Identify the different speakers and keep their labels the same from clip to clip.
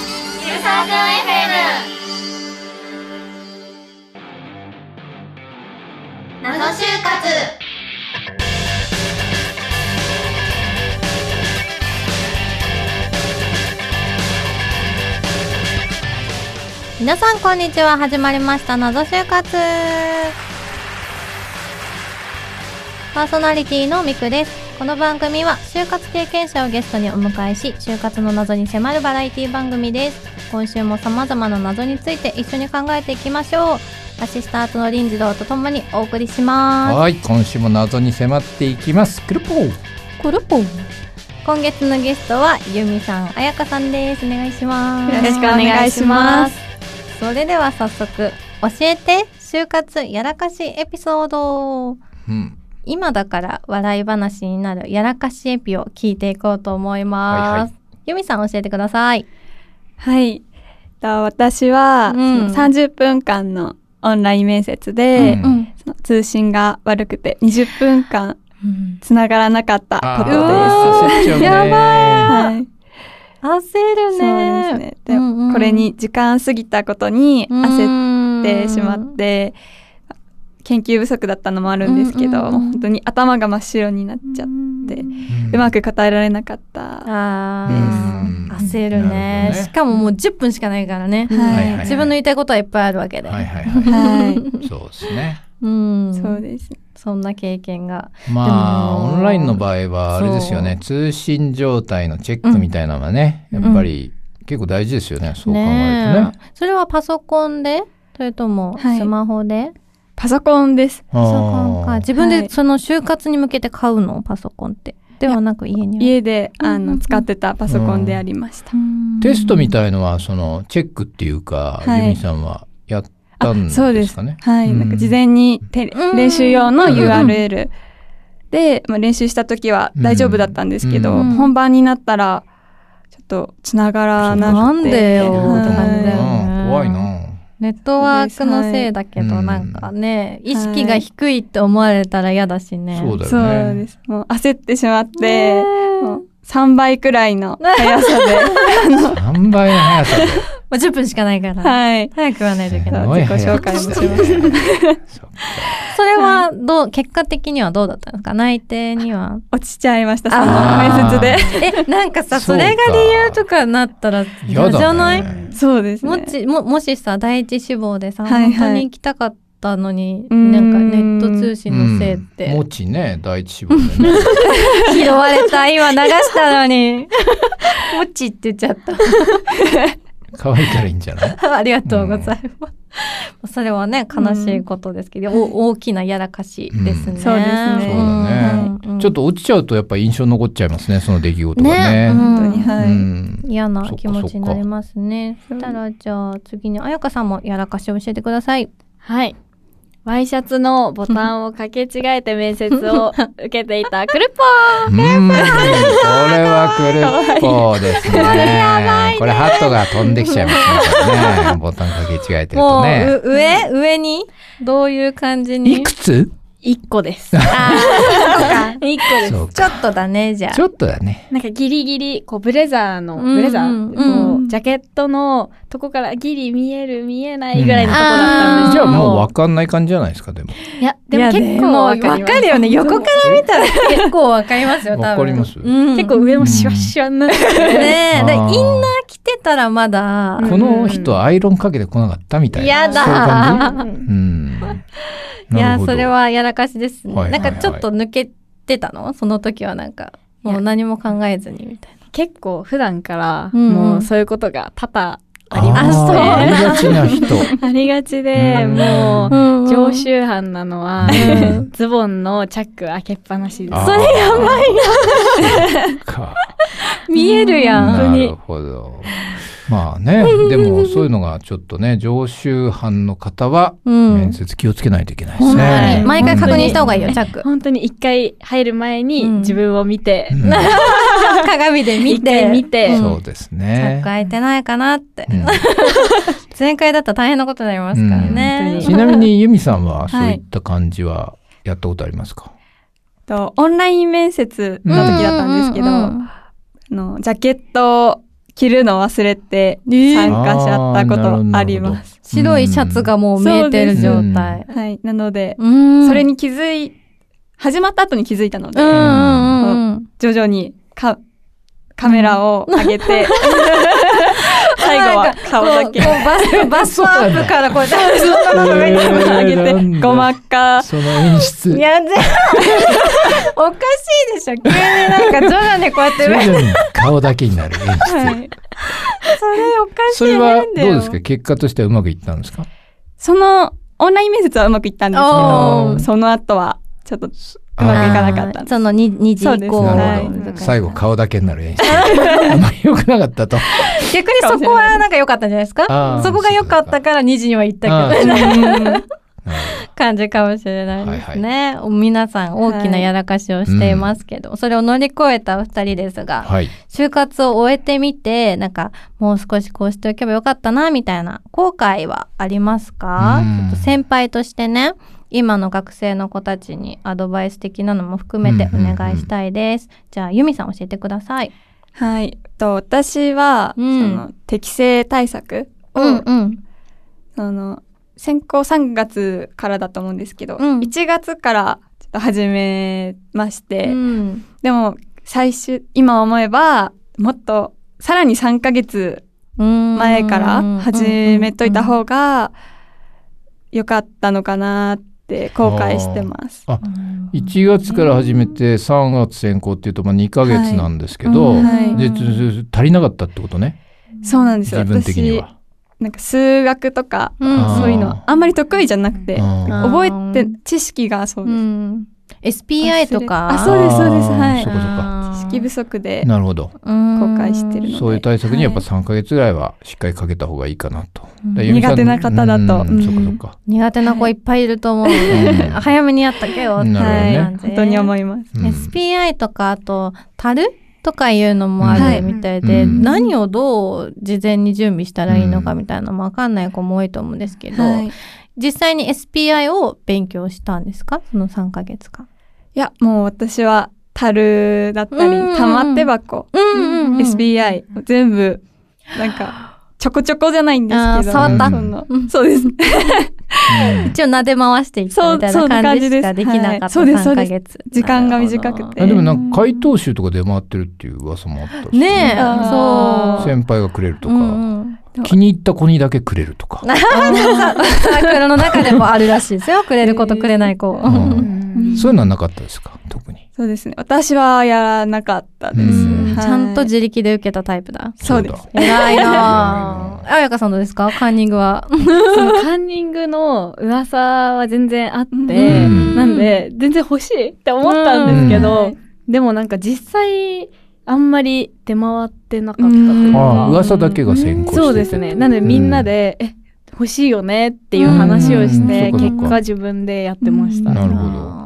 Speaker 1: ンド FM 謎就活
Speaker 2: 皆さんこんにちは始まりました謎就活パーソナリティのみくですこの番組は就活経験者をゲストにお迎えし就活の謎に迫るバラエティ番組です今週も様々な謎について一緒に考えていきましょうアシスタントの林次郎とともにお送りしま
Speaker 3: はい、今週も謎に迫っていきます。クルポー。
Speaker 2: すコルポン今月のゲストはゆみさんあやかさんですお願いします
Speaker 4: よろしくお願いします
Speaker 2: それでは早速教えて就活やらかしエピソード
Speaker 3: うん。
Speaker 2: 今だから笑い話になるやらかしエピを聞いていこうと思います。
Speaker 3: はい
Speaker 2: ゆみさん教えてください。
Speaker 4: はい。と私は、
Speaker 2: うん
Speaker 4: その30分間のオンライン面接で、
Speaker 3: うん
Speaker 4: その通信が悪くて20分間
Speaker 2: うん
Speaker 4: つながらなかった
Speaker 3: あー
Speaker 4: ことです。
Speaker 2: うわ
Speaker 3: 焦っちゃうね。
Speaker 2: やば
Speaker 4: はい、
Speaker 2: 焦るね。
Speaker 4: そうですね。で、
Speaker 2: うんうん
Speaker 4: これに時間過ぎたことに焦
Speaker 2: 焦
Speaker 4: ってしまって、研究不足だったのもあるんですけ
Speaker 2: うんう
Speaker 4: ど、
Speaker 2: んうん
Speaker 4: もう本当に頭が真っ白になっちゃって、て
Speaker 3: ん
Speaker 4: うま。く答えられなかった。
Speaker 2: あ
Speaker 3: うん
Speaker 2: ー焦る
Speaker 3: なる
Speaker 2: ね
Speaker 3: ほどね
Speaker 2: しかももう10分しかないからね。
Speaker 4: はい
Speaker 3: はいはい
Speaker 2: 自分の言いたいことはいっぱいあるわけで。
Speaker 3: はいはいは。
Speaker 4: はい
Speaker 3: そうですね。
Speaker 2: うん。
Speaker 4: い。そうですね。
Speaker 2: そんな経験が。
Speaker 3: まあ、
Speaker 2: でも
Speaker 3: オンラインの場合は、あれですよね。通信状態のチェックみたいなのはね、
Speaker 2: うん
Speaker 3: やっぱり結構大事ですよね。そう考えると
Speaker 2: ね
Speaker 3: ね。
Speaker 2: えそれはパソコンでそれとも
Speaker 4: はい
Speaker 2: スマホで、
Speaker 4: パソコンです。
Speaker 3: あー
Speaker 2: パソコンか。自分
Speaker 4: は
Speaker 2: で
Speaker 4: い
Speaker 2: その就活に向けて買うのパソコンって。ではなく家にある。
Speaker 4: 家で、あ
Speaker 2: うんうんう
Speaker 4: の、
Speaker 2: ん
Speaker 4: 使ってたパソコンでありました。
Speaker 3: テストみ
Speaker 2: い。
Speaker 3: たいのは、その、チェックっていうか、
Speaker 4: はい
Speaker 3: ゆみさんはやったん
Speaker 4: あ、
Speaker 3: で
Speaker 4: そうですす
Speaker 3: かね。
Speaker 4: はい。なん
Speaker 3: うん
Speaker 4: か事前にテレ
Speaker 2: うん
Speaker 4: 練習用の
Speaker 3: うん
Speaker 4: URL で、まあ、練習した時は大丈夫だったんですけど、
Speaker 2: うん
Speaker 4: 本番になったら、ちょっと繋がらなくて。
Speaker 2: なんでよ
Speaker 3: どう
Speaker 4: は
Speaker 3: だ
Speaker 4: い
Speaker 3: ろう
Speaker 2: は
Speaker 3: ない怖いな。
Speaker 2: ネットワークのせいだけど、
Speaker 3: はい
Speaker 2: なんかね、
Speaker 4: ん
Speaker 2: 意識が低いって思われたら嫌だしね。
Speaker 3: そうだ
Speaker 4: そう
Speaker 3: よ
Speaker 4: で
Speaker 3: ね。
Speaker 4: す。もう焦ってしまっ
Speaker 2: ね
Speaker 4: て、
Speaker 2: え
Speaker 4: もう3倍くらいの速さで、 あの
Speaker 3: 何倍の速さで。
Speaker 2: まあ10分しかないから。
Speaker 4: はい。
Speaker 2: 早く言わないといけない。
Speaker 4: すごい自己紹介してま
Speaker 2: それは、どう、結果的にはどうだったんですか内定には。
Speaker 4: 落ちちゃいました、その
Speaker 3: あ
Speaker 4: 面
Speaker 3: ー
Speaker 4: 接で。
Speaker 2: え、なんかさ、
Speaker 3: そ
Speaker 2: そう
Speaker 3: か
Speaker 2: れが理由とかなったら、
Speaker 3: 嫌
Speaker 2: 嫌じゃ
Speaker 3: だ
Speaker 2: ない、
Speaker 3: ね。
Speaker 4: そうですね。
Speaker 2: もちも、もしさ、第一志望でさ、
Speaker 4: はいはい
Speaker 2: 本当に行きたかったのに、
Speaker 4: うーん
Speaker 2: なんかネット通信のせいって、
Speaker 3: もちね、第一志望でね。
Speaker 2: 拾われた、今流したのに。 もちって言っちゃっ
Speaker 3: 可愛いからいいんじゃない
Speaker 2: た。ありがとうございます。それはね、悲しいことですけど、お大きなやらかしですね。
Speaker 3: うん
Speaker 4: そうですね
Speaker 3: そうだね
Speaker 2: うん
Speaker 3: ちょっと落ちちゃうとやっぱ印象に残っちゃいますね、その出来事が
Speaker 2: ね
Speaker 3: ね。
Speaker 2: うん
Speaker 4: 本当に、
Speaker 3: う
Speaker 4: はい。
Speaker 3: ん
Speaker 2: 嫌な
Speaker 3: そっか
Speaker 2: 気持ちになりますね。そ
Speaker 4: そっ
Speaker 2: し
Speaker 4: か
Speaker 2: たら、じゃあ次に、あやかさんもやらかしを教えてください。
Speaker 5: はい。ワイシャツのボタンを掛け違えて面接 を受けていたクルッポ
Speaker 3: うん、これはクルッポーですね。これハットが飛んできちゃいますね。ねボタンかけ違えてる
Speaker 2: もう、
Speaker 3: とね。
Speaker 2: う上上にどういう感じに
Speaker 3: いくつ
Speaker 5: 1個です。
Speaker 2: あー
Speaker 5: 1個です。
Speaker 3: そう
Speaker 2: ち
Speaker 3: か。
Speaker 2: ょっとだね、じゃあ
Speaker 3: ち。ょっとだね。
Speaker 5: なんかギリギリ、こうブレザーの、
Speaker 2: うん
Speaker 5: ブレザーこ
Speaker 2: う
Speaker 5: うんジャケットのとこからギリ見える見えないぐらいのとこだったんです
Speaker 3: じゃ
Speaker 5: けど。
Speaker 3: あもうわかんない感じじゃないですか、でも。
Speaker 5: いや、でも結構わかります。
Speaker 2: よね。横から見たら結構わかりますよ、多分。
Speaker 3: わかります
Speaker 2: うん
Speaker 5: 結構上もシワシワになってて。
Speaker 2: ねえ、でインナ
Speaker 3: あー
Speaker 2: ー着てたらまだ、
Speaker 3: この人アイロンかけてこなかったみたいな。
Speaker 2: やだ
Speaker 3: そういう感じ
Speaker 5: うん
Speaker 3: うん。
Speaker 2: い
Speaker 3: な
Speaker 2: や
Speaker 3: る、ほど
Speaker 2: それ。はやらかしですね。
Speaker 3: はいはいは
Speaker 2: な
Speaker 3: い
Speaker 2: んかちょっと抜けてたのその時はなんか、もう何も考えずにみたい
Speaker 5: 結構普段から、
Speaker 2: うん
Speaker 5: もうそういうことが多
Speaker 3: あ
Speaker 5: 々ありまし
Speaker 3: ーあり
Speaker 5: て。
Speaker 3: がちな人。
Speaker 5: ありがちで、
Speaker 3: うん
Speaker 5: もう、
Speaker 2: な。
Speaker 5: 常習犯なのは
Speaker 3: う、
Speaker 5: ズボンのチャック開けっぱなしです。
Speaker 3: それやばいな。か。
Speaker 5: 見えるやん、本
Speaker 3: な
Speaker 5: 当
Speaker 3: る
Speaker 5: に。
Speaker 3: ほど。まあね、でもそういうのがちょっとね、常習犯の方は
Speaker 2: うん。
Speaker 3: 面接気をつけないといけないです
Speaker 2: 本
Speaker 3: ね
Speaker 2: 当。に。毎回確認した方
Speaker 3: が
Speaker 2: がいいよ、チャック。
Speaker 5: 本当に一回入る前に
Speaker 2: うん
Speaker 5: 自分を見て、
Speaker 2: 鏡で見
Speaker 5: 一
Speaker 2: て。
Speaker 5: 回見
Speaker 2: う
Speaker 5: て
Speaker 2: ん、
Speaker 3: そうです
Speaker 2: チャッ
Speaker 3: ね
Speaker 2: ク。開いてないかなって。
Speaker 3: うん
Speaker 2: 前回だったら大変なことになりますからね
Speaker 5: うん。
Speaker 3: ちなみにユミさんはそういった感じはやったことありますか
Speaker 4: と、オンライン面接の時だったんですけど、
Speaker 2: う
Speaker 4: あの、ジャケットを着るの忘れて参加しちゃったことあります。
Speaker 2: 白いシャツがもう見えてる状態。
Speaker 4: はい。なので、
Speaker 2: うん
Speaker 4: それに気づい、始まった後に気づいたので、
Speaker 2: うんうんうんうん。
Speaker 4: 徐々にかカメラを上げ て、最後は顔だけ
Speaker 2: こうこうバス、バストアップからこうやって。ずっと
Speaker 4: 上にカ
Speaker 3: え
Speaker 4: メラ
Speaker 3: ーな
Speaker 4: 上
Speaker 3: ん
Speaker 4: げて、
Speaker 3: だ
Speaker 4: ごま か
Speaker 3: その演出。
Speaker 2: いや、ぜおかしいでしょ急になんか徐々にこうやって
Speaker 3: 徐
Speaker 2: 上に
Speaker 3: 々に顔だけになる演出。
Speaker 4: はい。
Speaker 2: それおかしい。
Speaker 3: それはどうですか結果としてはうまくいったんですか
Speaker 4: その、オンライン面接はうまくいったんですけ
Speaker 3: おー
Speaker 4: ど、その後は、ちょっと、うまくいかなかったんです
Speaker 2: その2、二時以降
Speaker 4: そうで
Speaker 3: な
Speaker 4: す
Speaker 3: るほ
Speaker 4: は
Speaker 3: ど、
Speaker 4: い
Speaker 2: 難しい
Speaker 3: 最後顔だけになる演出。あんまり良くなかったと。
Speaker 2: 逆にそこはなんか良かったんじゃないです
Speaker 3: あ
Speaker 2: か
Speaker 3: ー
Speaker 2: そこが良かったから2時には行った
Speaker 3: あ
Speaker 2: けど
Speaker 3: ー
Speaker 4: うん
Speaker 2: 感じかもしれないですね、皆さん大きなやらかしをしていますけど、それを乗り越えたお二人ですが、
Speaker 3: はい。
Speaker 2: 就活を終えてみてなんかもう少しこうしておけばよかったなみたいな後悔はありますか
Speaker 3: うん
Speaker 2: ちょっと先輩としてね今の学生の子たちにアドバイス的なのも含めてお願いしたいです、じゃあ由美さん教えてください
Speaker 4: はい。と、私は、
Speaker 2: うん
Speaker 4: その、適正対策を、
Speaker 2: うん
Speaker 4: その、先行3月からだと思うんですけど、
Speaker 2: うん
Speaker 4: 1月からちょっと始めまして、
Speaker 2: うん
Speaker 4: でも、最終、今思えば、もっと、さらに3ヶ月前から始めといた方が良かったのかなって後悔してます。
Speaker 3: 1月から始めて3月選考っていうとまあ2ヶ月なんですけど、
Speaker 2: うん
Speaker 4: はい
Speaker 3: でつ足りなかったってことね
Speaker 4: そうなんですよ。
Speaker 3: 自分的に
Speaker 4: 私、
Speaker 3: は。
Speaker 4: なんか数学とか、
Speaker 3: あー
Speaker 4: そういうのあんまり得意じゃなくて、
Speaker 3: うん
Speaker 4: 覚えて、知識がそう
Speaker 2: う
Speaker 4: です。
Speaker 2: ん SPI とか
Speaker 4: あそうですそうです
Speaker 3: あー
Speaker 4: はい
Speaker 3: そこそこ。
Speaker 4: 知識不足で、
Speaker 3: なるほど。
Speaker 2: 後
Speaker 4: 後悔してるの
Speaker 3: そういう対策にやっぱ3ヶ月ぐらいはしっかりかけた方がいいかなと。だから
Speaker 4: ん
Speaker 3: ゆみさん
Speaker 4: 苦手な方だと
Speaker 3: うん
Speaker 4: うん
Speaker 3: そっかそっか。
Speaker 2: 苦手な子いっぱいいると思うので、
Speaker 3: うん
Speaker 2: 早めにやったけよって
Speaker 3: なるほどね
Speaker 4: はい、本当に思
Speaker 2: い
Speaker 4: います。
Speaker 3: うん
Speaker 2: SPI とかあと樽とかいうのもあるみたいで、
Speaker 3: はいうん
Speaker 2: 何をどう事前に準備したらいいのかみたいなのも分かんない子も多いと思うんですけど、
Speaker 4: はい。い
Speaker 2: 実際に SPI を勉強したんですかその3ヶ月間。
Speaker 4: や、もう私は、樽だった
Speaker 2: うん
Speaker 4: り、玉手箱、
Speaker 2: うんうんうん
Speaker 4: SBI、全部、なんか、ちょこちょこじゃないんです
Speaker 2: あー
Speaker 4: けど、
Speaker 2: 触
Speaker 3: った
Speaker 4: その
Speaker 2: うん
Speaker 4: そうですね。
Speaker 3: うん
Speaker 2: 一応撫で回していったみたい
Speaker 4: そうそ
Speaker 2: なん
Speaker 4: な
Speaker 2: 感じ
Speaker 4: 感じ
Speaker 2: し
Speaker 4: です
Speaker 2: かできなか
Speaker 4: は
Speaker 2: っ
Speaker 4: い
Speaker 2: た
Speaker 4: そうです
Speaker 2: 3
Speaker 4: そう
Speaker 2: ヶ
Speaker 4: です
Speaker 2: 月。
Speaker 4: 時間が短くて
Speaker 3: あでもなんか解答集とか出回ってるっていう噂もあったし
Speaker 2: ねえ、
Speaker 4: あー
Speaker 2: そう。
Speaker 3: 先輩がくれるとか、
Speaker 2: うんうん
Speaker 3: 気に入った子にだけくれる とか、
Speaker 2: サークルの中でもあるらしいですよ。くれることくれない子。
Speaker 3: うん
Speaker 4: うん
Speaker 3: そういうのはなかったですか特に
Speaker 4: そうですね。私はやらなかったです。
Speaker 3: うん
Speaker 4: はい
Speaker 2: ちゃんと自力で受けたタイプだ。
Speaker 4: そうです
Speaker 3: だ
Speaker 2: 偉いな あやかさんどうですかカンニングは。
Speaker 5: そのカンニングの噂は全然あって、
Speaker 3: ん
Speaker 5: なんで、全然欲しいって思ったんですけど、でもなんか実際、あんまり出回ってなかったという
Speaker 2: うん
Speaker 3: あ
Speaker 5: か
Speaker 3: あ、噂だけが先行してて
Speaker 5: そうですね。なんでみんなで、え、欲しいよねっていう話をして、
Speaker 3: うんそうかそうか
Speaker 5: 結果自分でやってまし
Speaker 4: う
Speaker 5: た。
Speaker 3: なるほど
Speaker 2: ど。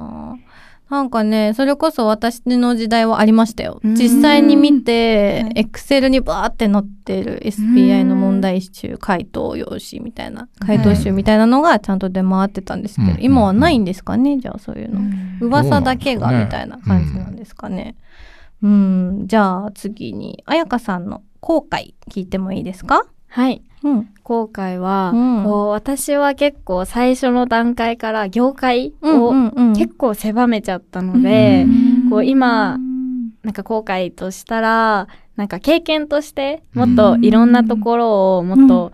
Speaker 2: なんかね、それこそ私の時代はありましたよ。
Speaker 5: うん
Speaker 2: 実際に見て
Speaker 4: はい、
Speaker 2: エクセルにバーって載ってる SPI の問題集、回答用紙みたいな、回答集みたいなのがちゃんと出回ってたんですけど、
Speaker 3: うん
Speaker 2: 今はないんですかねじゃあそういうの。噂だけが
Speaker 3: どうなん
Speaker 2: み
Speaker 3: です
Speaker 2: た
Speaker 3: か
Speaker 2: い
Speaker 3: ね
Speaker 2: な感じなんですかね。うん、じゃあ次に、彩香さんの後悔聞いてもいいですか
Speaker 5: はい。
Speaker 2: うん。
Speaker 5: 後悔は、
Speaker 2: うん
Speaker 5: こう私は結構最初の段階から業界
Speaker 2: う
Speaker 5: を
Speaker 2: んうん
Speaker 5: 結構狭めちゃったので、
Speaker 2: うん
Speaker 5: こう今なんか後悔としたら、なんか経験としてもっといろんなところをもっと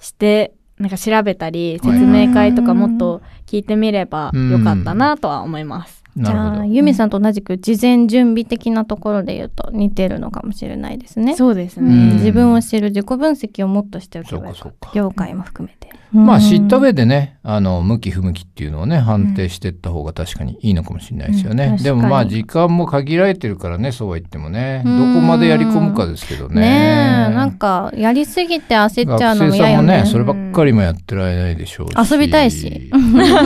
Speaker 5: して、なんか調べたり、
Speaker 3: はい
Speaker 5: 説明会とかもっと聞いてみればよかったなとは思います。
Speaker 2: じ
Speaker 3: なる
Speaker 2: ゃあ、
Speaker 3: ほど
Speaker 2: ゆみさんと同じく事前準備的なところで言うと似てるのかもしれないですね。
Speaker 5: そうです
Speaker 2: う
Speaker 5: ね。
Speaker 2: ん自分を知る自己分析をもっとしておけばよ
Speaker 3: そ
Speaker 2: か
Speaker 3: う
Speaker 2: った。
Speaker 3: かそうか
Speaker 2: 業界も含めて。
Speaker 3: まあ知った
Speaker 2: で
Speaker 3: 上でねあの向き不向きっていうのをね判定していった方が確かにいいのかもしれないですよね、
Speaker 2: うん確か
Speaker 3: で
Speaker 2: に
Speaker 3: もまあ時間も限られてるからねそうは言ってもね
Speaker 2: う
Speaker 3: ど
Speaker 2: ん
Speaker 3: こまでやり込むかですけどね
Speaker 2: ねえ、なんかやりすぎて焦っ
Speaker 3: 学
Speaker 2: ちゃうのも
Speaker 3: 生
Speaker 2: 嫌
Speaker 3: さん
Speaker 2: よ
Speaker 3: もね
Speaker 2: ね。
Speaker 3: そればっかりもやってられないでしょうし
Speaker 2: 遊びたい し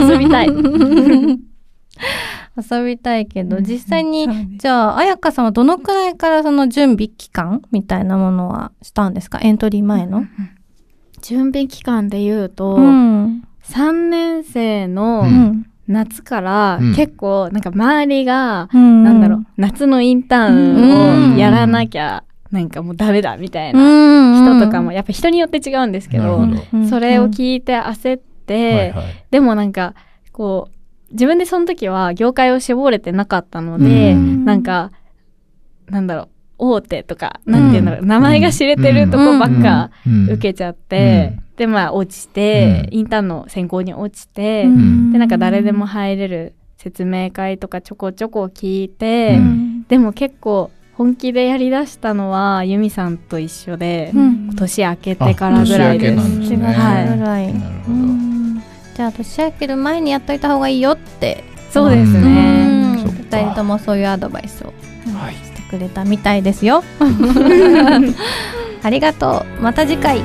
Speaker 5: 遊び たい。
Speaker 2: 遊びたいけど、実際に
Speaker 4: そうね
Speaker 2: じゃあ、彩香さんはどのくらいからその準備期間みたいなものはしたんですかエントリー前の。
Speaker 5: 準備期間で言うと、
Speaker 2: ん。
Speaker 5: 3年生
Speaker 3: う
Speaker 5: の
Speaker 2: うん。
Speaker 5: 夏から
Speaker 3: うん
Speaker 5: 結構なんか周りが、
Speaker 2: な
Speaker 5: なんだろう、夏のインターンをやらなきゃなんかもうダメだみたいな人とかもやっぱ人によって違うんですけど、
Speaker 3: なるほ
Speaker 5: それを聞いて焦って、
Speaker 3: はいはい
Speaker 5: でもなんかこう自分でその時は業界を絞れてなかったので、
Speaker 3: うん
Speaker 5: なんかなんだろう大手とか、なんていうんだろう名前が知れてるとこばっか受けちゃって、でまあ落ちて、
Speaker 3: うん
Speaker 5: インターンの選考に落ちて、
Speaker 3: ん
Speaker 5: でなんか誰でも入れる説明会とかちょこちょこ聞いて、
Speaker 3: うん
Speaker 5: でも結構本気でやりだしたのは由美さんと一緒で、年明けてからぐらいで
Speaker 3: あ年明けな
Speaker 5: す。
Speaker 3: んですね
Speaker 5: はい
Speaker 2: ぐらい、
Speaker 3: なるほど
Speaker 2: うんじゃあ年明ける前にやっといた方がいいよって
Speaker 5: そうですね。
Speaker 2: うん
Speaker 3: そっか
Speaker 2: 二人ともそういうアドバイスを
Speaker 3: はい
Speaker 2: してくれたみたいですよありがとうまた次回